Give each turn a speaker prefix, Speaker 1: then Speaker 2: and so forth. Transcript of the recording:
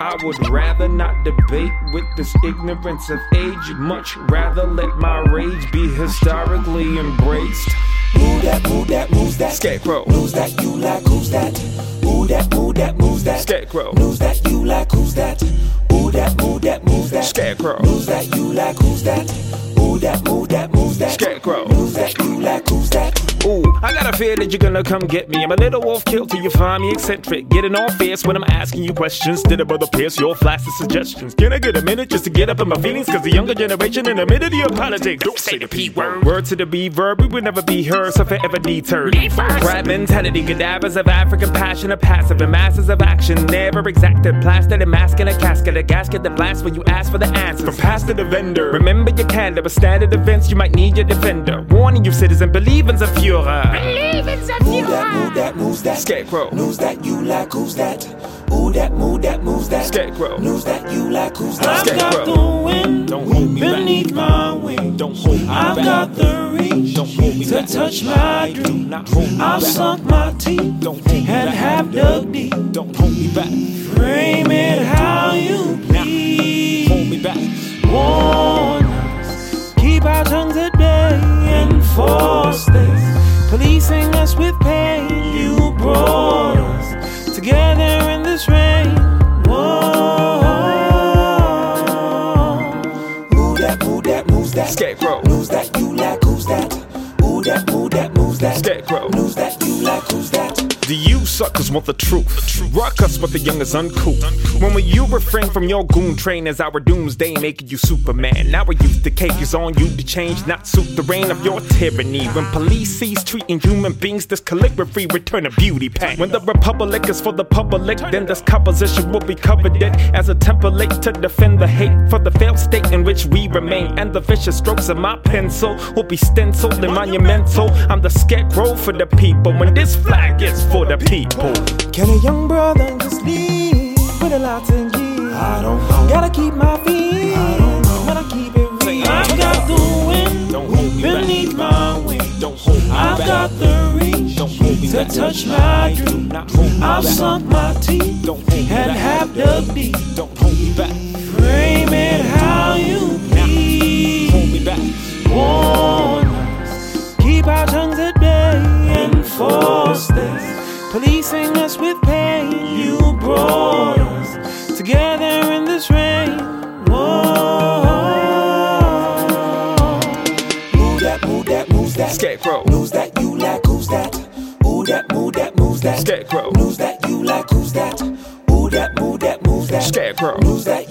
Speaker 1: I would rather not debate with this ignorance of age, much rather let my rage be historically embraced.
Speaker 2: Who that, who that, moves that?
Speaker 1: Scarecrow,
Speaker 2: Moves that you like, who's that? Who that, who that, moves that?
Speaker 1: Scarecrow,
Speaker 2: Moves that you like, who's that? Who that, who that, moves that?
Speaker 1: Scarecrow,
Speaker 2: Moves that you like, who's that? Who that, move that, moves that?
Speaker 1: Scarecrow.
Speaker 2: Moves that you like, who's that?
Speaker 1: Ooh, I got a fear that you're gonna come get me. I'm a little off kilter, you find me eccentric. Getting all fierce when I'm asking you questions. Did a brother pierce your flask of suggestions? Can I get a minute just to get up in my feelings? Cause the younger generation in the middle of your politics. Don't say the P word. Word to the B verb, we would never be heard, so forever deterred. Rap mentality, cadavers of African passion, a passive and masses of action. Never exacted, plastered and mask in a casket, a gasket that blasts when you ask for the answers. From past to the vendor, remember your candor, but standard events, you might need your defender. Warning you, citizen, believe in the Führer.
Speaker 2: Who that, who that, moves that?
Speaker 1: Scarecrow,
Speaker 2: Moves that you like, who's that? Who that, move that, moves that?
Speaker 1: scarecrow,
Speaker 2: Moves that you like, who's that?
Speaker 1: Scarecrow.
Speaker 3: wind
Speaker 1: Don't hold me back.
Speaker 3: my wing.
Speaker 1: Don't hold me
Speaker 3: I've got
Speaker 1: back.
Speaker 3: the reach
Speaker 1: Don't hold me
Speaker 3: to
Speaker 1: back.
Speaker 3: touch my
Speaker 1: Do
Speaker 3: dream.
Speaker 1: not hold me
Speaker 3: I've
Speaker 1: back.
Speaker 3: sunk my teeth
Speaker 1: Don't hold me
Speaker 3: and
Speaker 1: back.
Speaker 3: have dug deep.
Speaker 1: Don't hold me back.
Speaker 3: Frame it how you
Speaker 1: Now, hold
Speaker 3: please.
Speaker 1: me back.
Speaker 3: Warn us, keep our tongues at bay, enforce this. Policing us with pain, you brought us together in this rain. Whoa.
Speaker 2: Who that, who that, moves that?
Speaker 1: Scarecrow,
Speaker 2: Moves that you like, who's that? Who that, who that, moves that?
Speaker 1: scarecrow.
Speaker 2: Moves that you like, who's that?
Speaker 1: Do you suckers want the truth? Rock us, but the young is uncool. When will you refrain from your goon train as our doomsday making you Superman? Now we use the cake is on you to change, not suit the reign of your tyranny. When police cease treating human beings, this calligraphy return a beauty pain. When the republic is for the public, then this composition will be coveted as a template to defend the hate for the failed state in which we remain. And the vicious strokes of my pencil will be stenciled and monumental. I'm the scarecrow for the people. When this flag is for the people.
Speaker 3: Can a young brother just leave with a lot to give?
Speaker 2: I don't know.
Speaker 3: Gotta keep my feet. I don't know. When I keep it
Speaker 1: Say
Speaker 3: real.
Speaker 1: it.
Speaker 3: I've got the wind
Speaker 1: Don't hold me back.
Speaker 3: beneath my wing.
Speaker 1: Don't hold me
Speaker 3: I've got the reach
Speaker 1: Don't hold me
Speaker 3: to
Speaker 1: back.
Speaker 3: touch my
Speaker 1: Do
Speaker 3: dream.
Speaker 1: not hold me
Speaker 3: I've
Speaker 1: back.
Speaker 3: sunk my teeth
Speaker 1: Don't hold me
Speaker 3: and
Speaker 1: back.
Speaker 3: have dug deep.
Speaker 1: Don't hold me back.
Speaker 3: Frame it how you
Speaker 1: Hold
Speaker 3: please.
Speaker 1: me back.
Speaker 3: Warn us, keep our tongues at bay, enforce this. Policing us with pain, you brought us together in this rain. Whoa.
Speaker 2: Who that, who that, moves that?
Speaker 1: Scarecrow,
Speaker 2: Moves that you like, who's that? Who that, move that, moves that?
Speaker 1: scarecrow,
Speaker 2: Moves that you like, who's that? Who that, move that, moves that?
Speaker 1: scarecrow,
Speaker 2: Moves that